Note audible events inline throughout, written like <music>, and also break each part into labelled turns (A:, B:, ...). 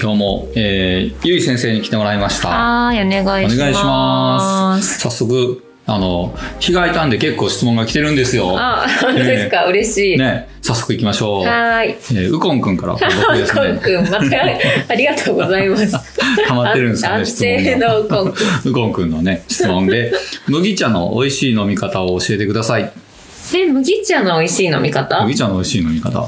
A: 今日も、えー、ゆい先生に来てもらいました。
B: はい、お願
A: お
B: いします。
A: 願いします。早速、あの、日が空いたんで結構質問が来てるんですよ。
B: あ、本当ですか、嬉しい。
A: ね、早速行きましょう。
B: はーい。
A: えー、ウコンくんから、僕で
B: ウ
A: す
B: コン <laughs>
A: ね、
B: くん、また、ありがとうございます。
A: 溜まってるんですよね、
B: 安
A: 質問
B: 定
A: が。
B: のウコンくん。
A: ウコンくんのね、質問
B: <laughs>
A: で、麦茶の美味しい飲み方を教えてください。
B: で、麦茶の美味しい飲み方
A: 麦茶の美味しい飲み方。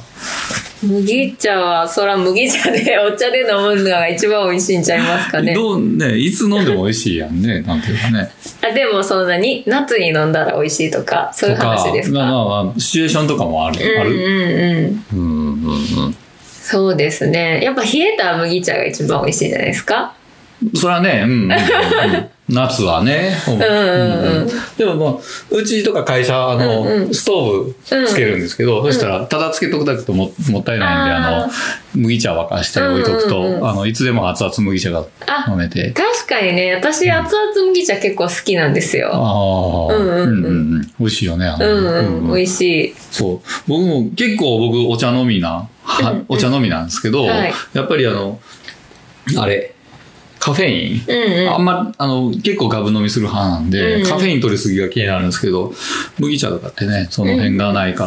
B: 麦茶は、そら麦茶で、お茶で飲むのが一番美味しいんちゃいますかね。
A: どうね、いつ飲んでも美味しいやんね、なんていうかね。
B: あでも、そんなに、夏に飲んだら美味しいとか、 <laughs> そういう話ですか。
A: まあまあまあ、シチュエーションとかもある。あ
B: うん
A: る。
B: うんうん。
A: うんうんうん。
B: そうですね。やっぱ冷えた麦茶が一番美味しいじゃないですか。
A: それはね、うんうんうんうん。夏はね。うん
B: うんうん
A: でももう、うちとか会社、あの、
B: うんうん
A: ストーブつけるんですけど、そしたら、ただつけとくだけとももったいないんで、あ
B: あ
A: の、麦茶沸かして置いとくと、
B: うんうんうん
A: あの、いつでも熱々麦茶が
B: あ
A: 飲めて。
B: 確かにね、私、熱々麦茶結構好きなんです
A: あ
B: よ。
A: あ、
B: うんうんうん
A: ん。美味しいよね、あ
B: う
A: の
B: んうん、美味しい。
A: そう。僕も結構僕お茶飲みな、は
B: うんうん
A: お茶飲みなんですけど、
B: はい
A: やっぱりあの、あれ、カフェイン、
B: うん
A: あ
B: うん
A: ま、あの、結構ガブ飲みする派なんで、
B: うんうん
A: カフェイン取りすぎが気になるんですけど、麦茶とかってね、その辺がないか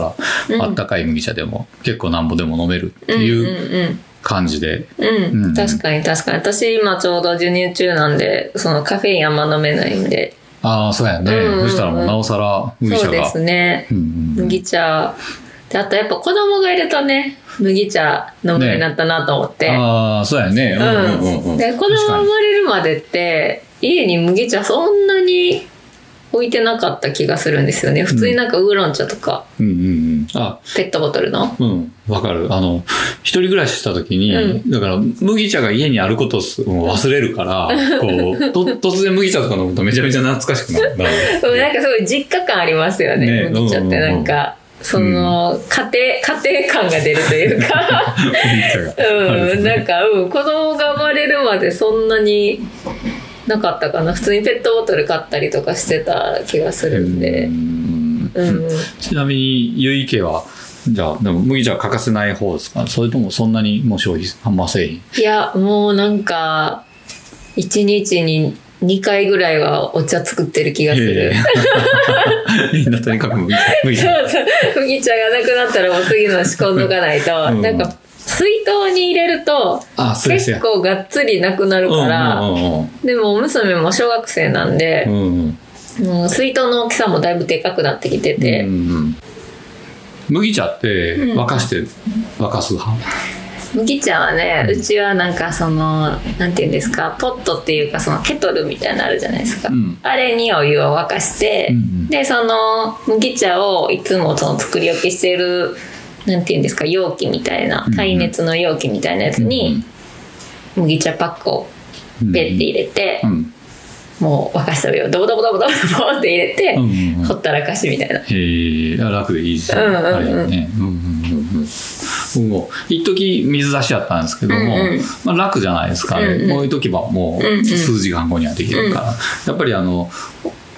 A: ら、
B: うん
A: あったかい麦茶でも結構なんぼでも飲めるって
B: ん。
A: いう
B: うんうんうん
A: 感じで、
B: うん、
A: うん
B: 確かに確かに。私今ちょうど授乳中なんで、そのカフェインあんま飲めないんで。
A: ああ、そうやね、
B: うんうんう
A: そ
B: ん
A: したらもうなおさら麦
B: そ
A: 茶
B: うで
A: が。
B: すね。
A: うんうんうん
B: 麦茶。で、あとやっぱ子供がいるとね、麦茶飲むようになったなと思って。
A: ああ、そうやね。うんうんうんう。
B: うんん。で、子供
A: 確か
B: 生
A: に
B: まれるまでって、家に麦茶そんなに置いてなかった気がするんですよね。普通になんかウーロン茶とか、
A: うんうんうん。あ、
B: ペットボトルの。
A: うん、わかる。あの、一人暮らしした時に、
B: う
A: だから、麦茶が家にあることを忘れるから、こう、と突然麦茶とか飲むとめちゃめちゃ懐かしくな
B: <laughs>
A: る。
B: うんなんかすごい実家感ありますよね
A: ね
B: 麦茶ってなんか、その家庭家庭感が出るというか <laughs>
A: 麦茶が。
B: うんなんか、うん、子供が生まれるまでそんなになかったかな普通にペットボトル買ったりとかしてた気がするんで
A: う、ん
B: うん
A: ちなみに、ゆい家は、じゃあ、でも麦茶は欠かせない方ですかそれともそんなにもう消費、あんませえへん。
B: いやもうなんか1日に2回ぐらいはお茶作ってる気がす
A: え
B: る。
A: みんなとにかく麦茶。麦
B: そ
A: <laughs> 茶
B: うそう麦茶がなくなったらもう次の仕込んどかないと、
A: うん
B: なんか水筒に入れると
A: あ、そうです
B: 結
A: よ。
B: 構がっつりなくなるから、
A: うんうん
B: でもお娘も小学生なん
A: う
B: で、
A: んうん。うん
B: もう水筒の大きさもだいぶでかくなってきてて、
A: うんうん麦茶って沸かして、沸かす派
B: 麦茶はねうちはなんかそのなんていうんですかポットっていうかそのケトルみたいなのあるじゃないですか、
A: うん
B: あれにお湯を沸かして、
A: うんうん
B: でその麦茶をいつもその作り置きしてるなんていうんですか容器みたいな
A: うん
B: 耐熱の容器みたいなやつに麦茶パックをペッて入れて、
A: うん
B: もう沸かしたお湯をドボドボドボドボドボって入れて、
A: うんうんうん
B: ほったらかしみたいな。
A: えー、あ楽でいいし、
B: うんうんうん
A: あれやね。うんうんうんうん僕も一時水出しやったんですけども、
B: うんうん
A: まあ、楽じゃないですか、ね
B: うんうん
A: 置いとけばも
B: うんう
A: うん数時間後にはできるから、やっぱりあの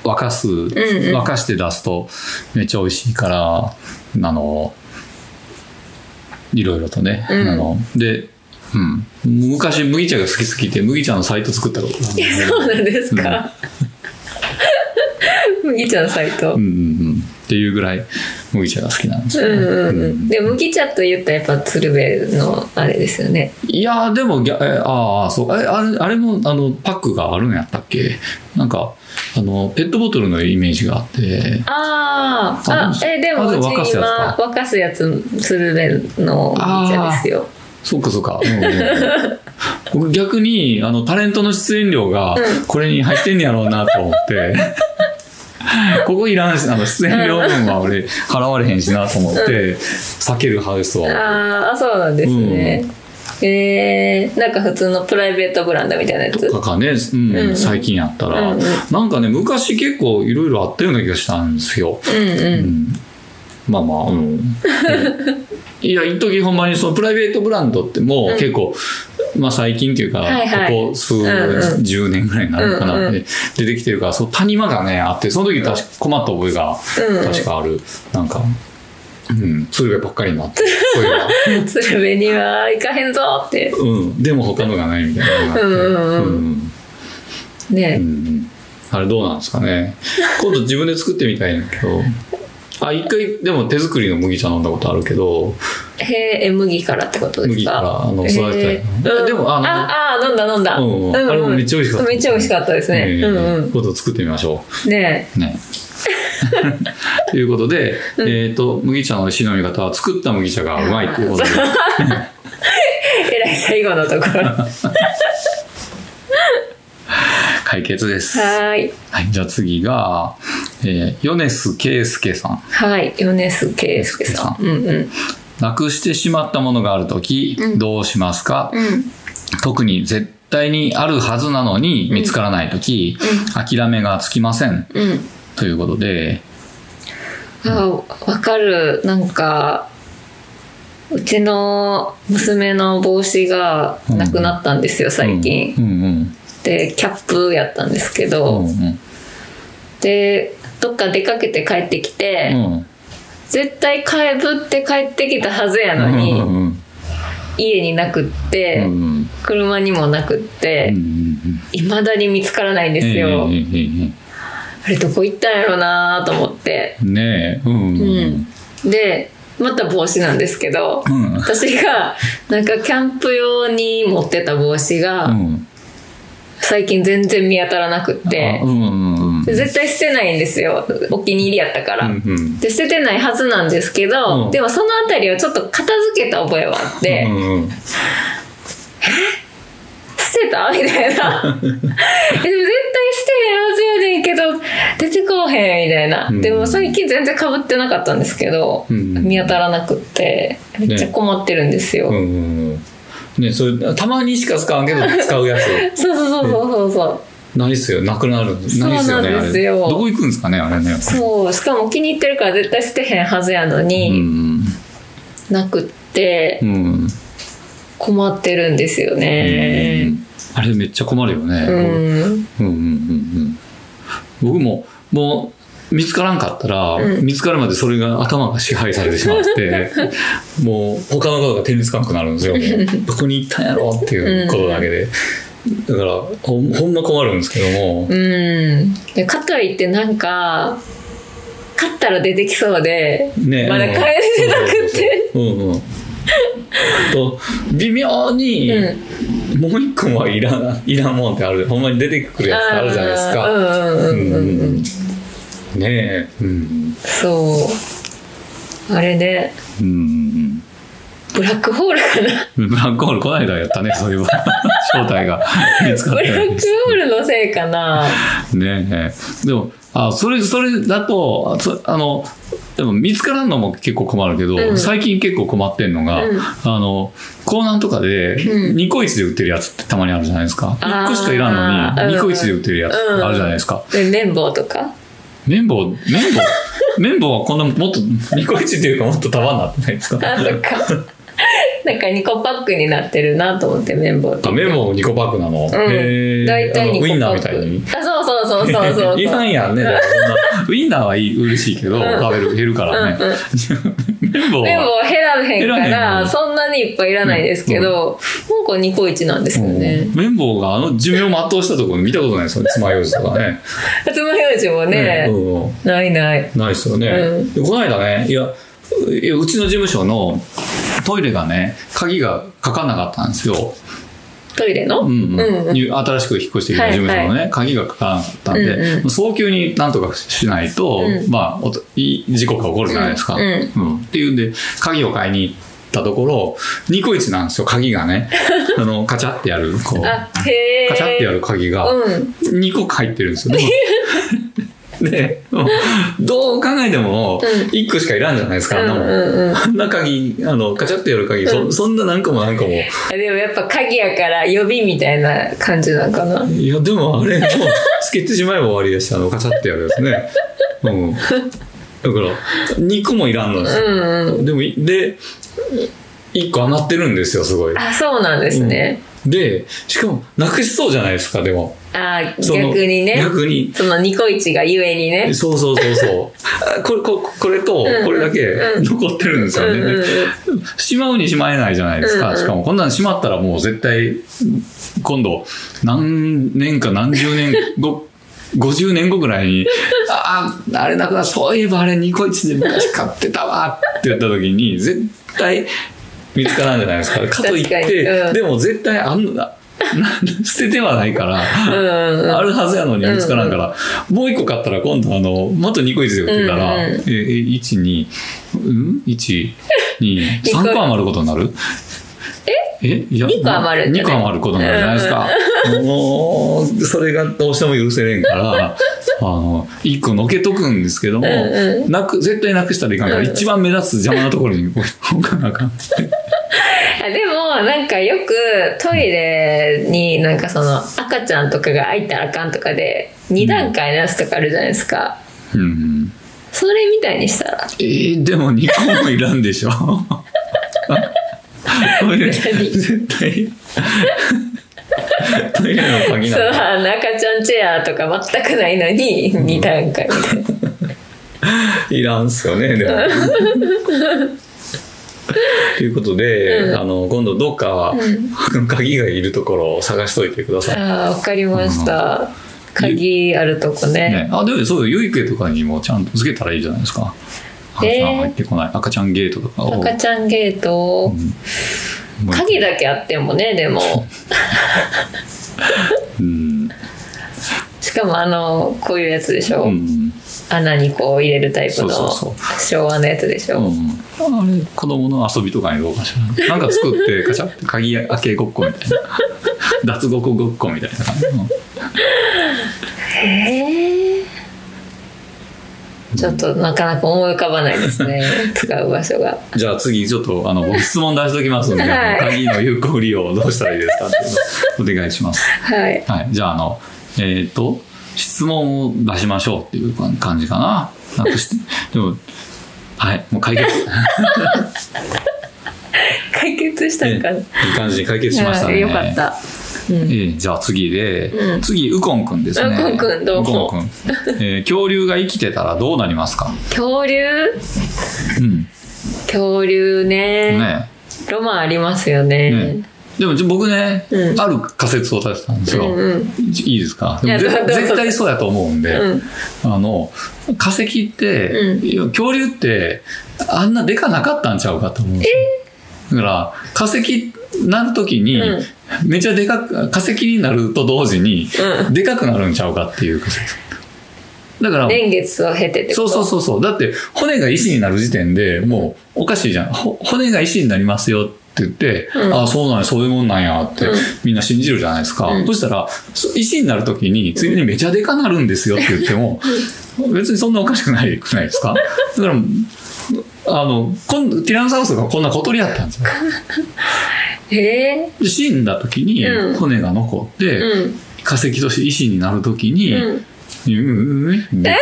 A: 沸かす、
B: ん
A: 沸かして出すとめっちゃ美味しいからあのいろいろとね、
B: うん
A: あので、うん、昔麦茶が好きすぎて麦茶のサイト作ったことがあるんで
B: そうなんですか。 <laughs> 麦茶のサイト。
A: うんん
B: う
A: うんうん、っていうぐらい麦茶が好きなんです
B: うんうん。で麦茶と言ったらやっぱ鶴瓶のあれですよね。
A: いやーでもぎゃえああそうえあれあれもあのパックがあるんやったっけなんかあのペットボトルのイメージがあって
B: あー
A: あ
B: あ、えでも
A: あで
B: う
A: も沸かす
B: ち
A: やつ
B: 今
A: か
B: 沸かすやつ鶴瓶の麦茶ですよ。
A: そっかそっか、うんうんうん、僕逆にあのタレントの出演料がこれに入ってんねやろうなと思 <laughs> って。ここいらんし、あの、出演料分は俺払われへんしなと思って、避ける派です
B: あ
A: わ。
B: ーあ、そうなんですね。えー、なんか普通のプライベートブランドみたいなやつ。
A: とかかね、う、
B: うんうんん
A: 最近やったら、
B: うんうん
A: なんかね、昔結構いろいろあったような気がしたんですよ。
B: うん
A: う
B: うん。
A: んまあまあ、うん。 <laughs> いや、一時ほんまにそのプライベートブランドってもう結構、まあ最近っていうか、
B: はいはい
A: ここ数、
B: うんうん
A: 10年ぐらいになるか
B: うん
A: なっ
B: うん
A: て出てきてるから、そう谷間がね、あって、その時確か困った覚えが
B: うんうん <laughs>
A: 確かある。なんか、うん、鶴瓶ばっかりになって。そういえば
B: 鶴瓶には行かへんぞって
A: うん、でも他のがないみたいなのがあって
B: うんうんう
A: うんう
B: ね、
A: んあれどうなんですかね今度自分で作ってみたいんだけどあ一回でも手作りの麦茶飲んだことあるけど
B: へえ麦からってことです
A: 麦か
B: から
A: あの
B: へ
A: 育てた
B: え
A: り
B: うん
A: でもあの
B: ああ飲んだ飲んだ、
A: うんうんあれもめっちゃ美味しかった
B: めっちゃ美味しかったですね、
A: えー
B: うんうん
A: 今度作ってみましょ
B: ね
A: うねということで、えっ、と、麦茶の美味しい飲み方は作った麦茶がうまいっていうことで、
B: えらい最後のところは
A: <laughs> 解決です。は
B: ーい
A: い、じゃあ次が、えー、米須圭介さん。
B: はい米須圭介さんうんうん
A: なくしてしまったものがあるとき、
B: うん
A: どうしますか、
B: うん
A: 特に絶対にあるはずなのに見つからないとき、諦めがつきません。
B: うん
A: ということで、
B: あわかるなんかうちの娘の帽子がなくなったんですよ、最近、
A: うんうん
B: でキャップやったんですけ
A: う
B: ど、
A: ん。うん
B: でどっか出かけて帰ってきて、
A: うん。
B: 絶対買いぶって帰ってきたはずやのに、
A: うんうん
B: 家になくっ
A: う
B: て、
A: ん。うん
B: 車にもなくっ
A: うんう
B: て
A: ん
B: いま、未だに見つからないんですよ、
A: えええええ
B: あれどこ行ったんやろなと思って、
A: えねえ。うん
B: う
A: うん
B: ん、でまた帽子なんですけど、
A: うん。
B: 私がなんかキャンプ用に持ってた帽子が、
A: うん。
B: 最近全然見当たらなくって
A: あ、うんうんうん。
B: で絶対捨てないんですよお気に入りやったから、
A: うんうん
B: で捨ててないはずなんですけど、
A: うん
B: でもその辺りをちょっと片付けた覚えはあって、
A: うんうん
B: 捨てたみた
A: <laughs>
B: いなえでも絶対捨てへんはずやねんけど出てこうへんみたいな、
A: うん
B: でも最近全然かぶってなかったんですけど、
A: うん
B: 見当たらなくってめっちゃ困ってるんですよ、
A: うんうんうん。ねそれ、たまにしか使わんけど使うやつ。
B: そうそうそうそうそう、
A: ないっすよ。なくなる。ないっすよね。
B: そうなんですよ
A: あれどこ行くんですかね、あれね。
B: そうしかも気に入ってるから絶対捨てへんはずやの
A: う
B: に、
A: ん
B: なくって
A: うん。
B: 困ってるんですよね
A: あれめっちゃ困るよね。
B: う
A: うんうんう
B: ん、
A: んうん僕ももう見つからんかったら、
B: うん
A: 見つかるまでそれが頭が支配されてしまって
B: <laughs>
A: もう他のことが手につかなくなるんですよもうどこに行ったんやろっていうことだけで、だからほんほんま困るんですけども、
B: うんでかといってなんか買ったら出てきそうで
A: ね
B: まだ
A: うん
B: 帰れてなくて
A: そうそうそううんうんと微妙に、
B: うん
A: もう一個はいらんいらんもんってあるほんまに出てくるやつってあるじゃないですか。
B: あーうんうんうんうん、
A: ねえ、うん、
B: そうあれね
A: うんうん
B: ブラックホールか
A: <laughs>
B: な
A: うん、ブラックホールこの間やったねそういえば <laughs> 正体
B: <laughs>
A: が見つかっ
B: ブ
A: た
B: ラ
A: よ
B: ックホールのせいかな
A: ねえでもあそれそれだとそあのでも見つからんのも結構困るけど、
B: うん
A: 最近結構困ってんのが、
B: うん
A: あの港南とかで
B: うん
A: ニコイチで売ってるやつってたまにあるじゃないですか、
B: あー
A: 1個しかいらんの
B: うん
A: にニコイチで売ってるやつってあるじゃないですか、
B: で綿棒とか
A: 綿棒、綿棒、綿棒 <laughs> はこんなもっと、ニコイチっていうかもっと束になってない
B: <laughs>
A: ですか
B: あそっ
A: <laughs>
B: かなんか2個パックになってるなと思って綿棒とか
A: あ、綿棒も2個パックなの、
B: うん、大体
A: あの
B: に
A: ウインナー
B: こ
A: み
B: こ
A: たいに。
B: あそうそうそうそ
A: <laughs>
B: うそう
A: いらんやんね。だからそんなウインナーはいい嬉しいけど、
B: ん
A: 食べる、減るからね。 <laughs> 綿棒
B: でも
A: は。
B: 減らへんか
A: 減らへん
B: ら
A: の
B: そんなにいっぱいいらないですけど、なんかニコイチなんですよね
A: うん綿棒があの寿命を全うしたところ見たことないですよね。爪楊枝とかね。
B: つまようじもね、
A: うん
B: ないない
A: ないですよね、
B: うん
A: でこの間ねいやういやうちの事務所のトイレがね鍵がかかんなかったんですよ、
B: トイレの、
A: うん
B: うん
A: う、
B: うんん
A: に新しく引っ越してきた事務所のね、
B: はい
A: 鍵がかからなかったんで、
B: うんう
A: 早急になんとかしないと、
B: うん
A: まあおといい事故が起こるじゃないですか、
B: うんう
A: うんっていうんで鍵を買いに行ったところニコイチなんですよ鍵が
B: <laughs>
A: ねあのカチャってやるこうカ
B: あへえ
A: チャってやる鍵が、
B: うん
A: 2個入ってるんですよ。
B: <laughs>
A: でもでもうどう考えても
B: うん
A: 1個しかいらんじゃないですか、あんなもん。
B: うんうんうん
A: あんな鍵、あの、カチャってやる鍵、そそんな何個も何個も。い
B: <laughs> でもやっぱ鍵やから予備みたいな感じなんかな
A: や、でもあれ、もう、つけてしまえば終わりでした、あの、カチャってやるやつね。うん。だから、2個もいらんので
B: う
A: すよ。
B: んうん
A: でも、いで、1個余ってるんですよ、すごい。
B: あそうなんですね、
A: で、しかも、なくしそうじゃないですか、でも。
B: あー
A: その
B: 逆にね
A: 逆に。
B: そのニコイチがゆえにね
A: そうそうそうそう。あ <laughs> これ、ここれと
B: うんうん、
A: これだけ
B: うん
A: 残ってるんですよね。
B: うんうんうん
A: でしまうにしまえないじゃないです
B: うんう
A: か。
B: ん
A: しかも、こんなんしまったらもう絶対、今度、何年か何十年後、50年後ぐらいに、ああ、あれなくな、そういえばあれニコイチで昔買ってたわって言った時に、絶対見つからんじゃないですか。かといっ
B: 確かに
A: て、
B: うん
A: でも絶対あんな、 <laughs> な捨ててはないから、
B: うんうん
A: あるはずやのに見つからんから、もう一個買ったら今度あの、もっと2個いずつ売ってたら、
B: うんうん
A: え、え、1、2、うん ?1、2、
B: <laughs> 二個
A: 3個余ることになるええいや、
B: 二個余るんじゃ
A: 2個
B: ない
A: 余ることになるじゃないですか。もう、それがどうしても許せれん
B: <laughs>
A: から、あの、1個のけとくんですけども、
B: うんう
A: なく、絶対なくしたらいかんから、
B: うん
A: 一番目立つ邪魔なところに置いとかなあかん。
B: あでもなんかよくトイレになんかその赤ちゃんとかが開いたらあかんとかで2段階のやつとかあるじゃないですか、
A: うん。
B: それみたいにしたら
A: えーでも2個もいらんでしょ
B: <laughs>
A: トイレ絶対トイレの鍵
B: そ
A: な
B: うん
A: だ
B: あの赤ちゃんチェアとか全くないのに2段階みたいな、
A: いらんっすよねでも。ということで、
B: うん
A: あの今度どっか、鍵がいるところを探しといてください。
B: ああ分かりました、鍵あるとこね
A: ね、あでもそうよユイクとかにもちゃんとつけたらいいじゃないですか。赤ちゃん入ってこない、赤ちゃんゲートとかを。
B: 赤ちゃんゲー
A: う
B: ト、
A: ん
B: 鍵だけあってもねで
A: <laughs>
B: も
A: うん、
B: しかもあのこういうやつでしょ、
A: うん
B: 穴にこう入れるタイプの
A: そうそう
B: 昭和のやつでしょ、
A: うん、あれ子供の遊びとかにどうかしらなんか作ってカチャって鍵開けごっこみたいな脱獄ごっこみたいな感じの
B: へえちょっとなかなか思い浮かばないで
A: <laughs>
B: すね使う場所が
A: じゃあ次ちょっとあの僕質問出しときますんで、
B: はい
A: 鍵の有効利用をどうしたらいいですかっていうのをお願いします、
B: はい
A: はい、じゃああのえっ、と質問を出しましょうっていう感じかななくしてでもはいもう解決
B: 解決した
A: え
B: のかな、
A: えいい感じに解決しました
B: はい
A: ね
B: よかった、うん
A: えーじゃあ次で、
B: うん
A: 次ウコンくんですね
B: ウコンくんどうも
A: ウコン
B: <laughs>
A: くん、えー恐竜が生きてたらどうなりますか
B: 恐竜
A: うん
B: 恐竜ね
A: ね
B: ロマンありますよね
A: ねでもちょ僕ね、
B: うん
A: ある仮説を立てたんです
B: う
A: よ、
B: んうん
A: いいですか
B: い
A: で
B: や
A: もぜ
B: どうぞ
A: 絶対そうやと思うんで、
B: うん
A: あの化石って、
B: うん
A: いや恐竜ってあんなでかなかったんちゃうかと思うんですよだから化石なる時に、
B: うん
A: めちゃでかく化石になると同時に、
B: う
A: でかくなるんちゃうかっていう仮説だから
B: 年月を経てって
A: そうそうそうそう。だって、骨が石になる時点でもうおかしいじゃん。ほ骨が石になりますよって言って、
B: うん
A: ああ、そうなんや、そういうもんなんやって
B: うん
A: みんな信じるじゃないですか。
B: うん
A: そしたら、そ石になるときに、ついにめちゃでかなるんですよって言っても、別にそんなおかしくないくないですかだから、あの、こんティラノサウルスがこんな小鳥やったんですよ。
B: へえ
A: で死んだ時に
B: うん
A: 骨が残って、
B: うん
A: 化石として石になるときに、
B: うん
A: うん、うん、うん、で、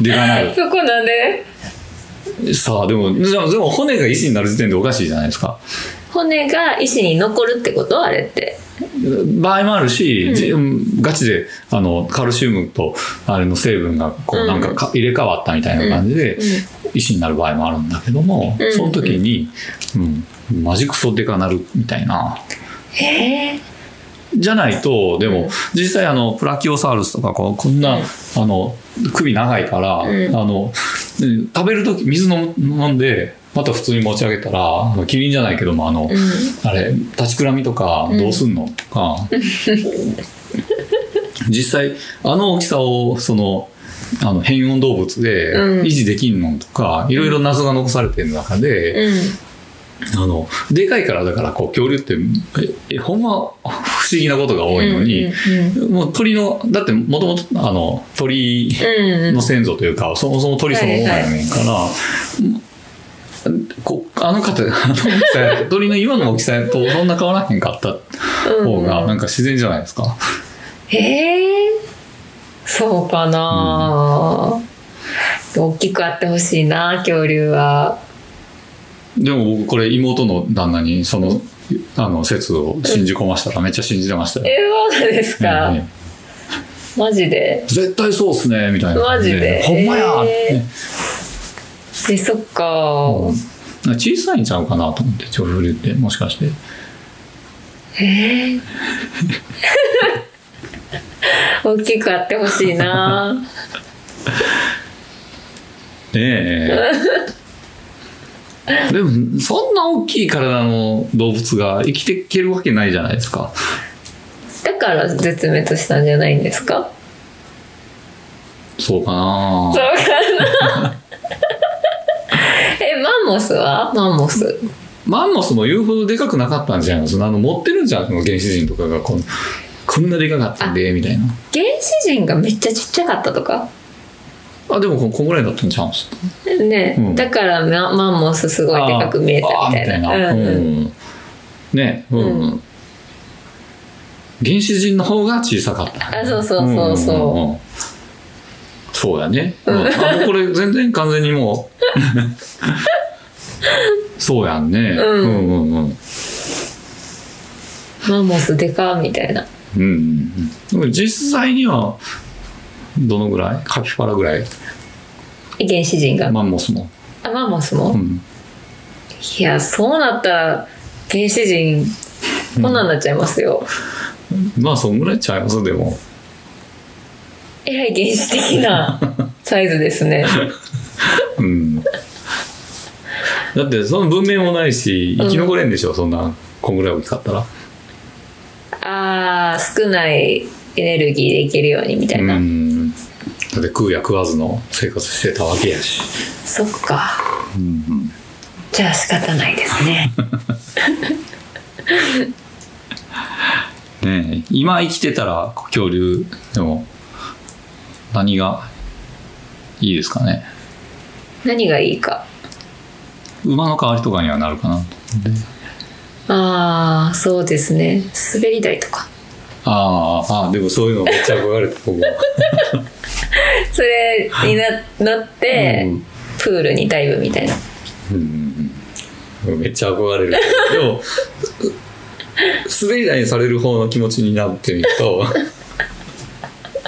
A: でかなる。
B: そこなんで
A: さあでもでもでも骨が石になる時点でおかしいじゃないですか
B: 骨が石に残るってことあれって
A: 場合もあるし、
B: うん
A: じガチであのカルシウムとあれの成分がこ
B: う
A: うんなんかか入れ替わったみたいな感じで石になる場合もあるんだけども、
B: うん
A: その時に、うん、マジクソデカなるみたいな
B: へえ
A: じゃないとで
B: うん
A: も実際あのプラキオサウルスとかこうこんな、
B: うん
A: あの首長いから、
B: うん
A: あのうん食べる時水飲飲んでまた普通に持ち上げたらあのキリンじゃないけどもあの、
B: うん
A: あれ立ちくらみとかどうすんの、と
B: <laughs>
A: か実際あの大きさをそのあの変温動物で
B: うん
A: 維持できんのとか、いろいろ謎が残されてる中で、
B: うん
A: あのでかいからだからこう恐竜ってええほんま不思議なことが多いのに、
B: うん
A: もう鳥のだってもともとあの鳥
B: うんうん
A: の先祖というか、そもそも鳥そのものやねんから、こあの方、あの大きさ、鳥の今の大きさとそんな変わらへんかった方が、なんか自然じゃないですか。
B: へえそうかな、大きくあってほしいな恐竜は
A: でも僕、これ妹の旦那に、その、あの説を信じ込ましたらめっちゃ信じてましたよ、
B: えー、そうなんですか、
A: うんうん
B: マジで
A: 絶対そうっすねみたいな感じ
B: マジで
A: ほんまや、
B: えー
A: ね
B: えそっか、
A: 小さいんちゃうかなと思って調布流ってもしかして
B: えー大きくあってほしい
A: <laughs>
B: な
A: ね
B: <laughs>
A: えでもそんな大きい体の動物が生きていけるわけないじゃないですか
B: だから絶滅したんじゃないんですか
A: そうかな
B: そうか
A: <laughs>
B: なえマンモスはマンモス
A: マンモスも言うほどでかくなかったんじゃないですかあの持ってるんじゃん原始人とかがこんこんなでかかったんでみたいな
B: 原始人がめっちゃちっちゃかったとか
A: あでもここんぐらいだったんちゃうんす
B: ね、
A: うん
B: だからママンモスすごいでかく見えたみたいな
A: あーあーみ
B: うん
A: たいな
B: う
A: う
B: ん
A: んねうん、
B: う
A: 原始人の方が小さかった
B: あそうそうそうそうん
A: んんそうだね、うん、あもうこれ全然完全にもう <laughs> そうやんね、
B: うん
A: うんうんうん
B: マンモスでかみたいな
A: うんうんうんでも実際にはどのぐらいカピバラぐらい
B: え原始人が、
A: マンモスも、
B: あマンモスも、
A: うん、
B: いやそうなったら原始人こんなんなっちゃいますよ、
A: まあそんぐらいちゃいますでも
B: えらい原始的なサイズですね
A: うんだってその文明もないし生き残れんでしょ、そんなこんぐらい大きかったら
B: あー少ないエネルギーでいけるようにみたいな、
A: うんだって食うや食わずの生活してたわけやし、
B: そっかじゃあ仕方ないですね
A: ねえ今生きてたら恐竜でも何がいいですかね
B: 何がいいか
A: 馬の代わりとかにはなるかな
B: ああそうですね滑り台とか
A: あーあーでもそういうのめっちゃ憧れて僕は
B: それにな乗って、
A: うん
B: プールにダイブみたいな
A: うんめっちゃ憧れるでも滑り台にされる方の気持ちになってみると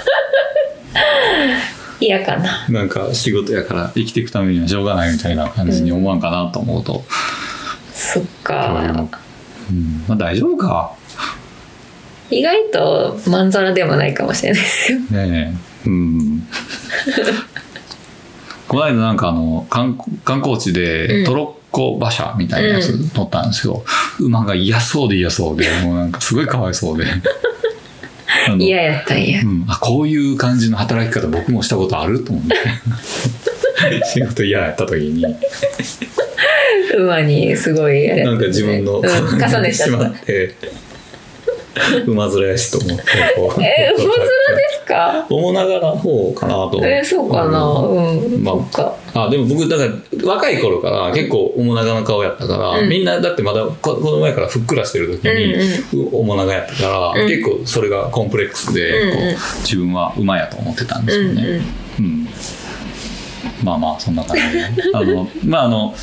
A: <laughs>
B: 嫌かな
A: なんか仕事やから生きていくためにはしょうがないみたいな感じに思わんかなと思うと、
B: そっ
A: 恐竜
B: か
A: もうんまあ大丈夫か
B: 意外とまんざらでもないかもしれないですよ
A: ねえうんこの間なんかあの観光観光地
B: う
A: で
B: ん
A: トロッコ馬車みたいなや
B: う
A: つ乗ったんですよ、馬が嫌そうで嫌そうでもうなんかすごいかわいそうであの
B: 嫌やったんや
A: うん、あこういう感じの働き方僕もしたことあると思って
B: <laughs>
A: 仕事嫌やった時に
B: 馬にすごいあれや
A: な
B: っ
A: ん
B: た
A: か
B: んです
A: 自
B: ね
A: 分の、
B: うん
A: <laughs>
B: 重ねち
A: し
B: ゃっ
A: ま
B: た
A: って馬面やしと思ってこう
B: え馬面ですか
A: 面長な方かなと思って
B: えそうかなうん、
A: まあ
B: そっか
A: あでも僕だから若い頃から結構面長な顔やったから、
B: うん
A: みんなだってまだここの前からふっくらしてる時に、う面長やったから、
B: うん
A: 結構それがコンプレックスで、
B: うん
A: こう
B: うん
A: 自分は馬やと思ってたんですよね、うんまあまあそんな感じ
B: <laughs>
A: であのまああの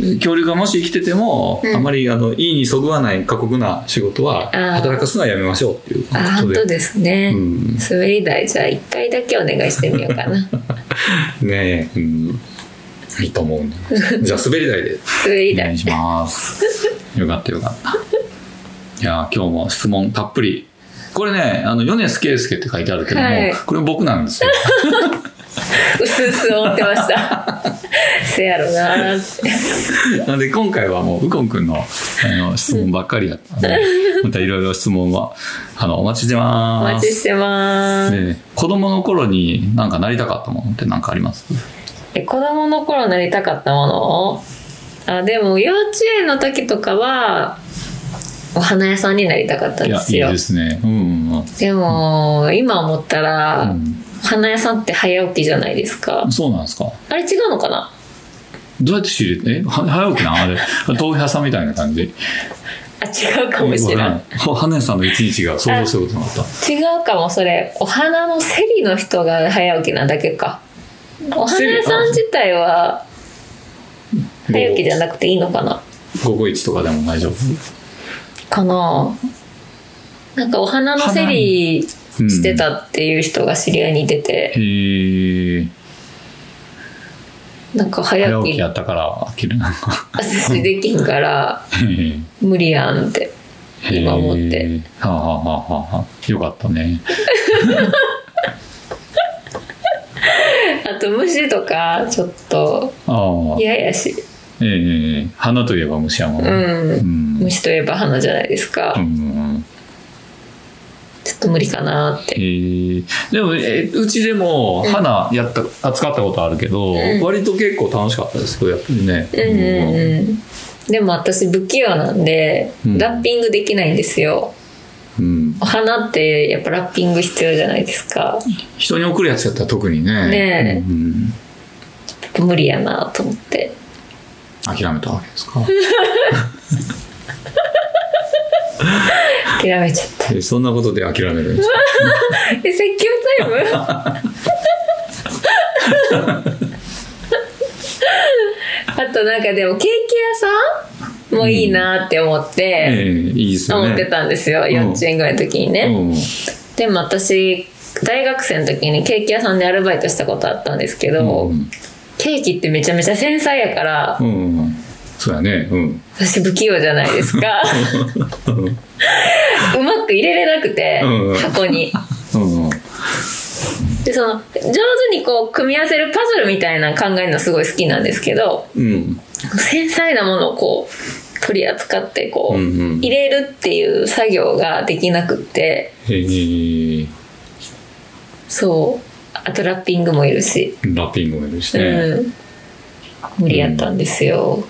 A: 恐竜がもし生きてても、
B: うん
A: あまりあのいいにそぐわない過酷な仕事は
B: あー
A: 働かすのはやめましょうっていうこ
B: あ
A: と
B: 本当
A: で
B: ですね、
A: うん
B: 滑り台じゃあ1回だけお願いしてみようか
A: <laughs>
B: な
A: ねえ、うん、いいと思うね
B: <laughs>
A: じゃあ滑り台で
B: 滑り
A: お願
B: 台
A: いします
B: <laughs>
A: よかったよかったいやー今日も質問たっぷりこれねあの米津圭介って書いてあるけども、
B: はい
A: これ僕なんですよ <laughs>
B: うすうす思ってました
A: <laughs>
B: せやろなーって
A: なので今回はもう、うこんくんのあの質問ばっかりやったので、またいろいろ質問は、あの、お待ちして
B: お
A: ま
B: 待ち
A: す。
B: してます、
A: で子供の頃になんかなりたかったものって何かあります
B: え子供の頃なりたかったものあでも幼稚園の時とかはお花屋さんになりたかったん
A: い
B: で
A: や、い
B: す
A: い
B: よ
A: ですね。うんうん
B: でも今思ったら、
A: うん
B: お花屋さんって早起きじゃないですか
A: うん。そうなんですか。
B: あれ違うのかな
A: どうやって仕入れて、え、は早起きなんあれ。 <laughs> 豆腐屋さんみたいな感じ。
B: あ違うかもしれ
A: わ
B: な
A: かんない花屋さんの一日が想像することになった。
B: い違うかもそれお花の競りの人が早起きなだけかお花屋さん自体は早起きじゃなくていいのかな
A: 午後一とかでも大丈夫
B: かななんかお花のセリ
A: う
B: ー
A: ん
B: してたっていう人が知り合いに出て、
A: へえ
B: なんか早
A: 早起
B: 起
A: き
B: き
A: やったから飽きるなんか
B: 私できんから
A: へー
B: 無理やんって今思って
A: へーはあ、はあはあはあ、よかったね
B: あと虫とかちょっと
A: ああ
B: 嫌やし、
A: ええ花といえば虫山
B: う
A: ね
B: ん、
A: ん
B: 虫といえば花じゃないですか、
A: うん
B: ちょっと無理かなっ
A: え
B: て
A: ーでも、えーうちでも花やった、扱ったことあるけど、
B: ん
A: 割と結構楽しかったですけどやっぱりね
B: うんうんうんでも私不器用なんで、
A: うん
B: ラッピングできないんですよ
A: うん
B: お花ってやっぱラッピング必要じゃないですか
A: 人に送るやつやったら特にね
B: ねえ
A: うん
B: 無理やなと思って
A: 諦めたわけですか
B: 諦めちゃった
A: えそんなことで諦めるんですか
B: え説教タイムあ
A: <laughs>
B: となんかでもケーキ屋さんもいいなって思っ
A: え
B: て、
A: えいいですよね
B: 思ってたんですよ、
A: ん
B: 幼稚園ぐらいの時にね、
A: うん
B: でも私大学生の時にケーキ屋さんでアルバイトしたことあったんですけど、
A: うん
B: ケーキってめちゃめちゃ繊細やから、
A: うんうんそうやねうん
B: 私不器用じゃないです
A: <laughs>
B: かうまく入れれなくて、
A: うん
B: 箱に
A: うんうん
B: でその上手にこう組み合わせるパズルみたいなの考えるのすごい好きなんですけど
A: うん
B: 繊細なものをこう取り扱ってこう、
A: うんうん
B: 入れるっていう作業ができなくって
A: えー
B: そうあとラッピングもいるし、
A: ラッピングもいるしね、
B: うん無理やったんですよ、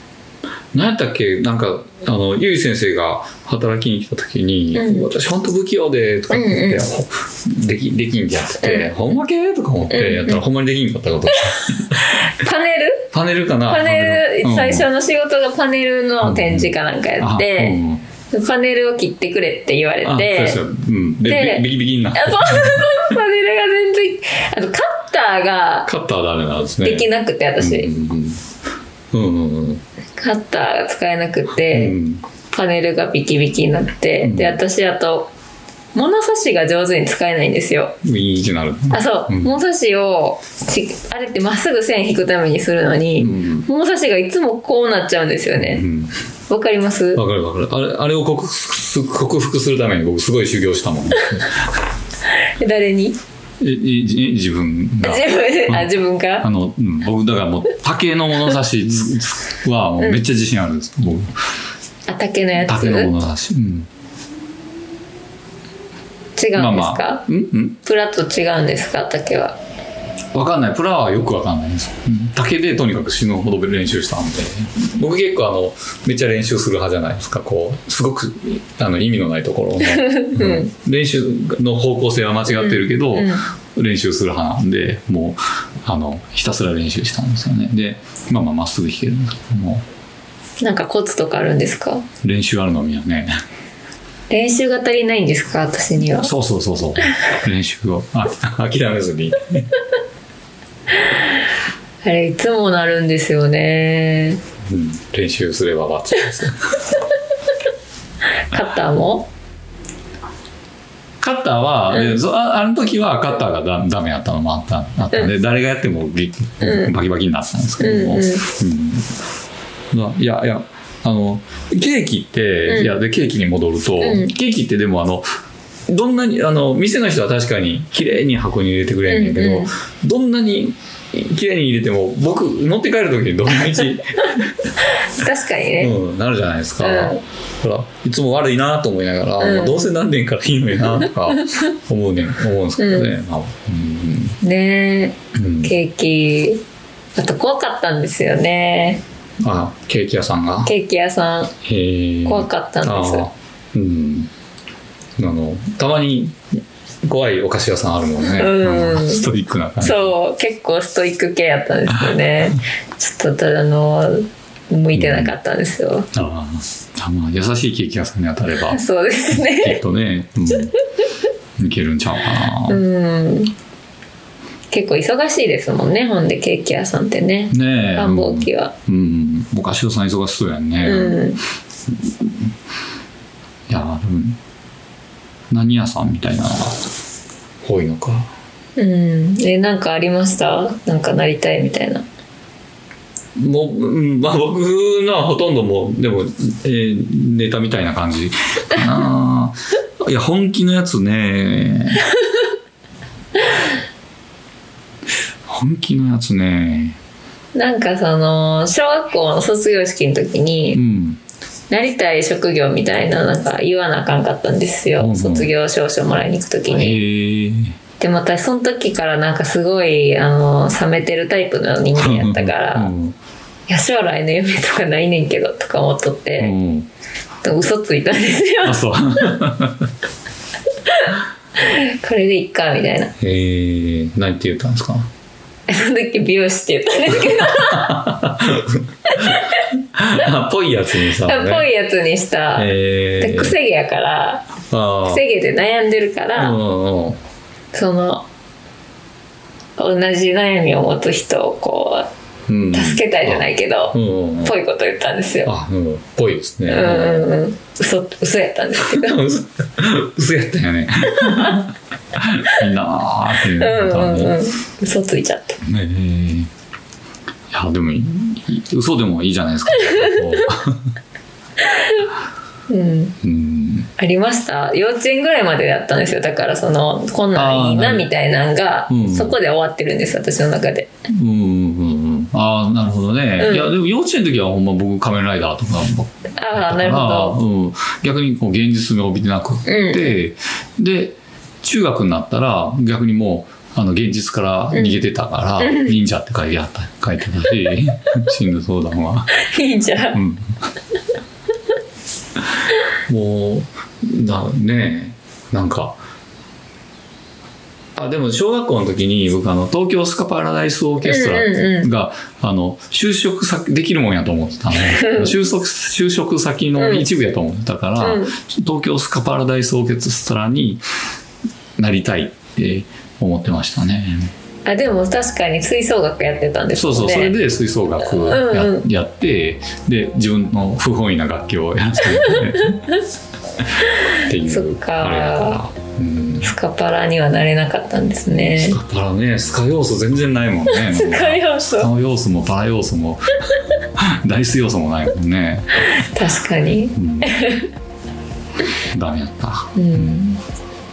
A: なん、何やったっけなんかあのゆい先生が働きに来た時に「
B: うん
A: 私本当不器用で」とかって言って、できできんってやってて「ほんまけ?」とか思ってやったらほんまにできんかったこと、
B: パネル
A: パネルかな
B: パネル、
A: うん
B: 最初の仕事がパネルの展示かなんかやって、パネルを切ってくれって言われ
A: あうんあそう
B: て
A: ですよ、うん、で
B: で
A: ビビビキビキになっ
B: あそうパネルが全然あとカッターが
A: カッターダメなんですね
B: できなくて私、
A: うんうんうんうんうん
B: カッターが使えなく
A: う
B: て、
A: ん
B: パネルがビキビキになって、
A: うん
B: で私あと物差しが上手に使えないんですよ
A: うんいいってなる
B: あそう、
A: うん
B: 物差しをしあれってまっすぐ線引くためにするのに、
A: うん
B: 物差しがいつもこうなっちゃうんですよ
A: う
B: ね
A: ん
B: わ、かります
A: わかるわかるあれあれを克服す克服するために僕すごい修行したもんえ
B: 誰に
A: えじ自分が
B: 自分
A: ん
B: あ自分か
A: あの、うん、僕だからもう竹の物差しつつはもうめっちゃ自信あるんです、僕
B: あ竹のやつ
A: 竹
B: 違
A: の
B: うんで
A: 物差し、うん、
B: すか、
A: まあまあうんうん
B: プラと違うんですか竹は
A: わかんないプラはよくわかんないんですうん竹でとにかく死ぬほど練習したんで僕結構あのめっちゃ練習する派じゃないですかこうすごくあの意味のないところの、うん練習の方向性は間違ってるけど、
B: うん
A: 練習する派なんでもうあのひたすら練習したんですよねでまあまあまっすぐ弾けるんですけども
B: なんかコツとかあるんですか
A: 練習あるのみはね
B: 練習が足りないんですか私には
A: そうそうそうそう。練習をあ諦めずに。
B: あれいつもなるんですよね
A: うん練習すればバッチリです。
B: カッターも
A: カッターは、
B: うん
A: えそああの時はカッターがだダメやったのもあったあったんで、誰がやってもぎ
B: うん
A: バキバキになったんですけども。
B: うん
A: うんだいやいやあのケーキって、
B: うん
A: いやでケーキに戻ると、
B: うん
A: ケーキってでもあのどんなにあの店の人は確かに綺麗に箱に入れてくれるんやけど、
B: うんうん
A: どんなに綺麗に入れても僕持って帰る時にどのみち
B: 確かにね、
A: うん、なるじゃないですか、
B: うん
A: だからいつも悪いなと思いながら、
B: うん
A: まあどうせ何年からいいのになとか思うねん思うんですけどね、まあ
B: ね
A: うんうん
B: えケーキあと怖かったんですよね
A: あケーキ屋さんが
B: ケーキ屋さん
A: へー
B: 怖かったんです
A: あーうんあのたまに怖いお菓子屋さんあるもんね、
B: うん
A: ストイックな感じ
B: そう結構ストイック系やったんですよねちょっとただの向いてなかったんですよ、
A: あーあまあ優しいケーキ屋さんに当たれば
B: そうですね
A: きっとね、うん、いけるんちゃうかな、
B: うん結構忙しいですもんねほんでケーキ屋さんってね
A: ねえ
B: 繁忙期は
A: うん、お菓子屋さん忙しそうやんね、
B: うん、
A: いやーでも何屋さんみたいなのが多いのか
B: うんえなんかありましたなんかなりたいみたいな
A: もう、うんまあ、僕のはほとんどもうでも、えーネタみたいな感じかないや本気のやつね <laughs> 本気のやつね
B: なんかその小学校の卒業式の時
A: う
B: に
A: ん
B: なりたい職業みたいななんか言わなあかんかったんですよ、
A: うんうん
B: 卒業証書もらいに行く時に、
A: へえ
B: でも私その時からなんかすごいあの冷めてるタイプの人間やったから、
A: う
B: い
A: ん
B: や将来の夢とかないねんけどとか思っとっ
A: う
B: て、
A: ん、
B: 嘘ついたんですよ
A: あそう
B: <laughs>
A: <laughs>
B: これでいっかみたいな
A: へえ何て言ったんですか <laughs>
B: その時美容師って言ったんですけど
A: あぽいやつにさ、
B: っぽいやつにした、 <laughs>
A: へえ
B: で癖毛やから
A: あー
B: 癖毛で悩んでるから、
A: うんうん
B: その同じ悩みを持つ人をこ
A: うん
B: う助けたいじゃないけど
A: う、んうんうん
B: ぽいこと言ったんですよ。
A: あうんぽいですね
B: うんうんうん、嘘嘘やったんですけど
A: <laughs> 嘘嘘やったよね <laughs> みんなあーっていう
B: うん
A: 感
B: う
A: じ
B: んうん嘘ついちゃった
A: ねえいやでもいい嘘でもいいじゃないで
B: <laughs>
A: すかこ
B: うん
A: ううん
B: ありました幼稚園ぐらいまでだったんですよだからそのこんなんい
A: あー
B: い
A: な
B: な
A: る
B: みたいなんが、
A: うん
B: そこで終わってるんです私の中で
A: うんうんうんうんああなるほどね、
B: うん
A: いやでも幼稚園の時はほんま僕仮面ライダーとかばっか
B: ああなるほど <laughs>
A: ど、うん、逆にこう現実味を帯びてなくって、で中学になったら逆にもうあの現実から逃げてたから、忍者って書いてあった書いてたし <laughs> 進路相談は。
B: いいじゃ
A: うんんもうだねえなんかあでも小学校の時に僕あの東京スカパラダイスオーケストラが、
B: うんうんう
A: あの就職先できるもんやと思ってたの就職就職先の一部やと思ってたから、
B: うん
A: 東京スカパラダイスオーケストラになりたいって思ってましたね。
B: あでも確かに吹奏楽やってたんです
A: そ
B: よ
A: う
B: ね
A: そう、それで吹奏楽や,、
B: うんうん
A: やってで自分の不本意な楽器をやらせてもらって
B: <laughs>
A: ってい
B: そっ
A: う
B: か
A: あれやから、うん、
B: スカパラにはなれなかったんですね
A: スカパラねスカ要素全然ないもんね
B: スカ要素
A: スカ要素もパラ要素もダイス要素もないもんね、
B: 確かに
A: うん、ダメやった
B: うん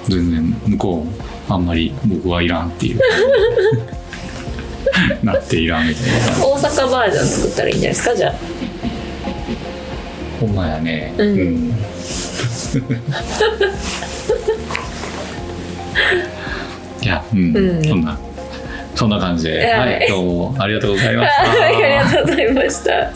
A: 全然向こうあんまり僕はいらんって
B: <laughs>
A: いうなっていらんみたいな
B: 大阪バージョン作ったらいいんじゃないですかじゃあ
A: ほんまやね。
B: うん
A: ん <laughs> いや、うん、
B: うん
A: そんな、そんな感じで、
B: は
A: はい <laughs> い、どうもありがとうございまし
B: <laughs> あ
A: た。
B: ありがとうございました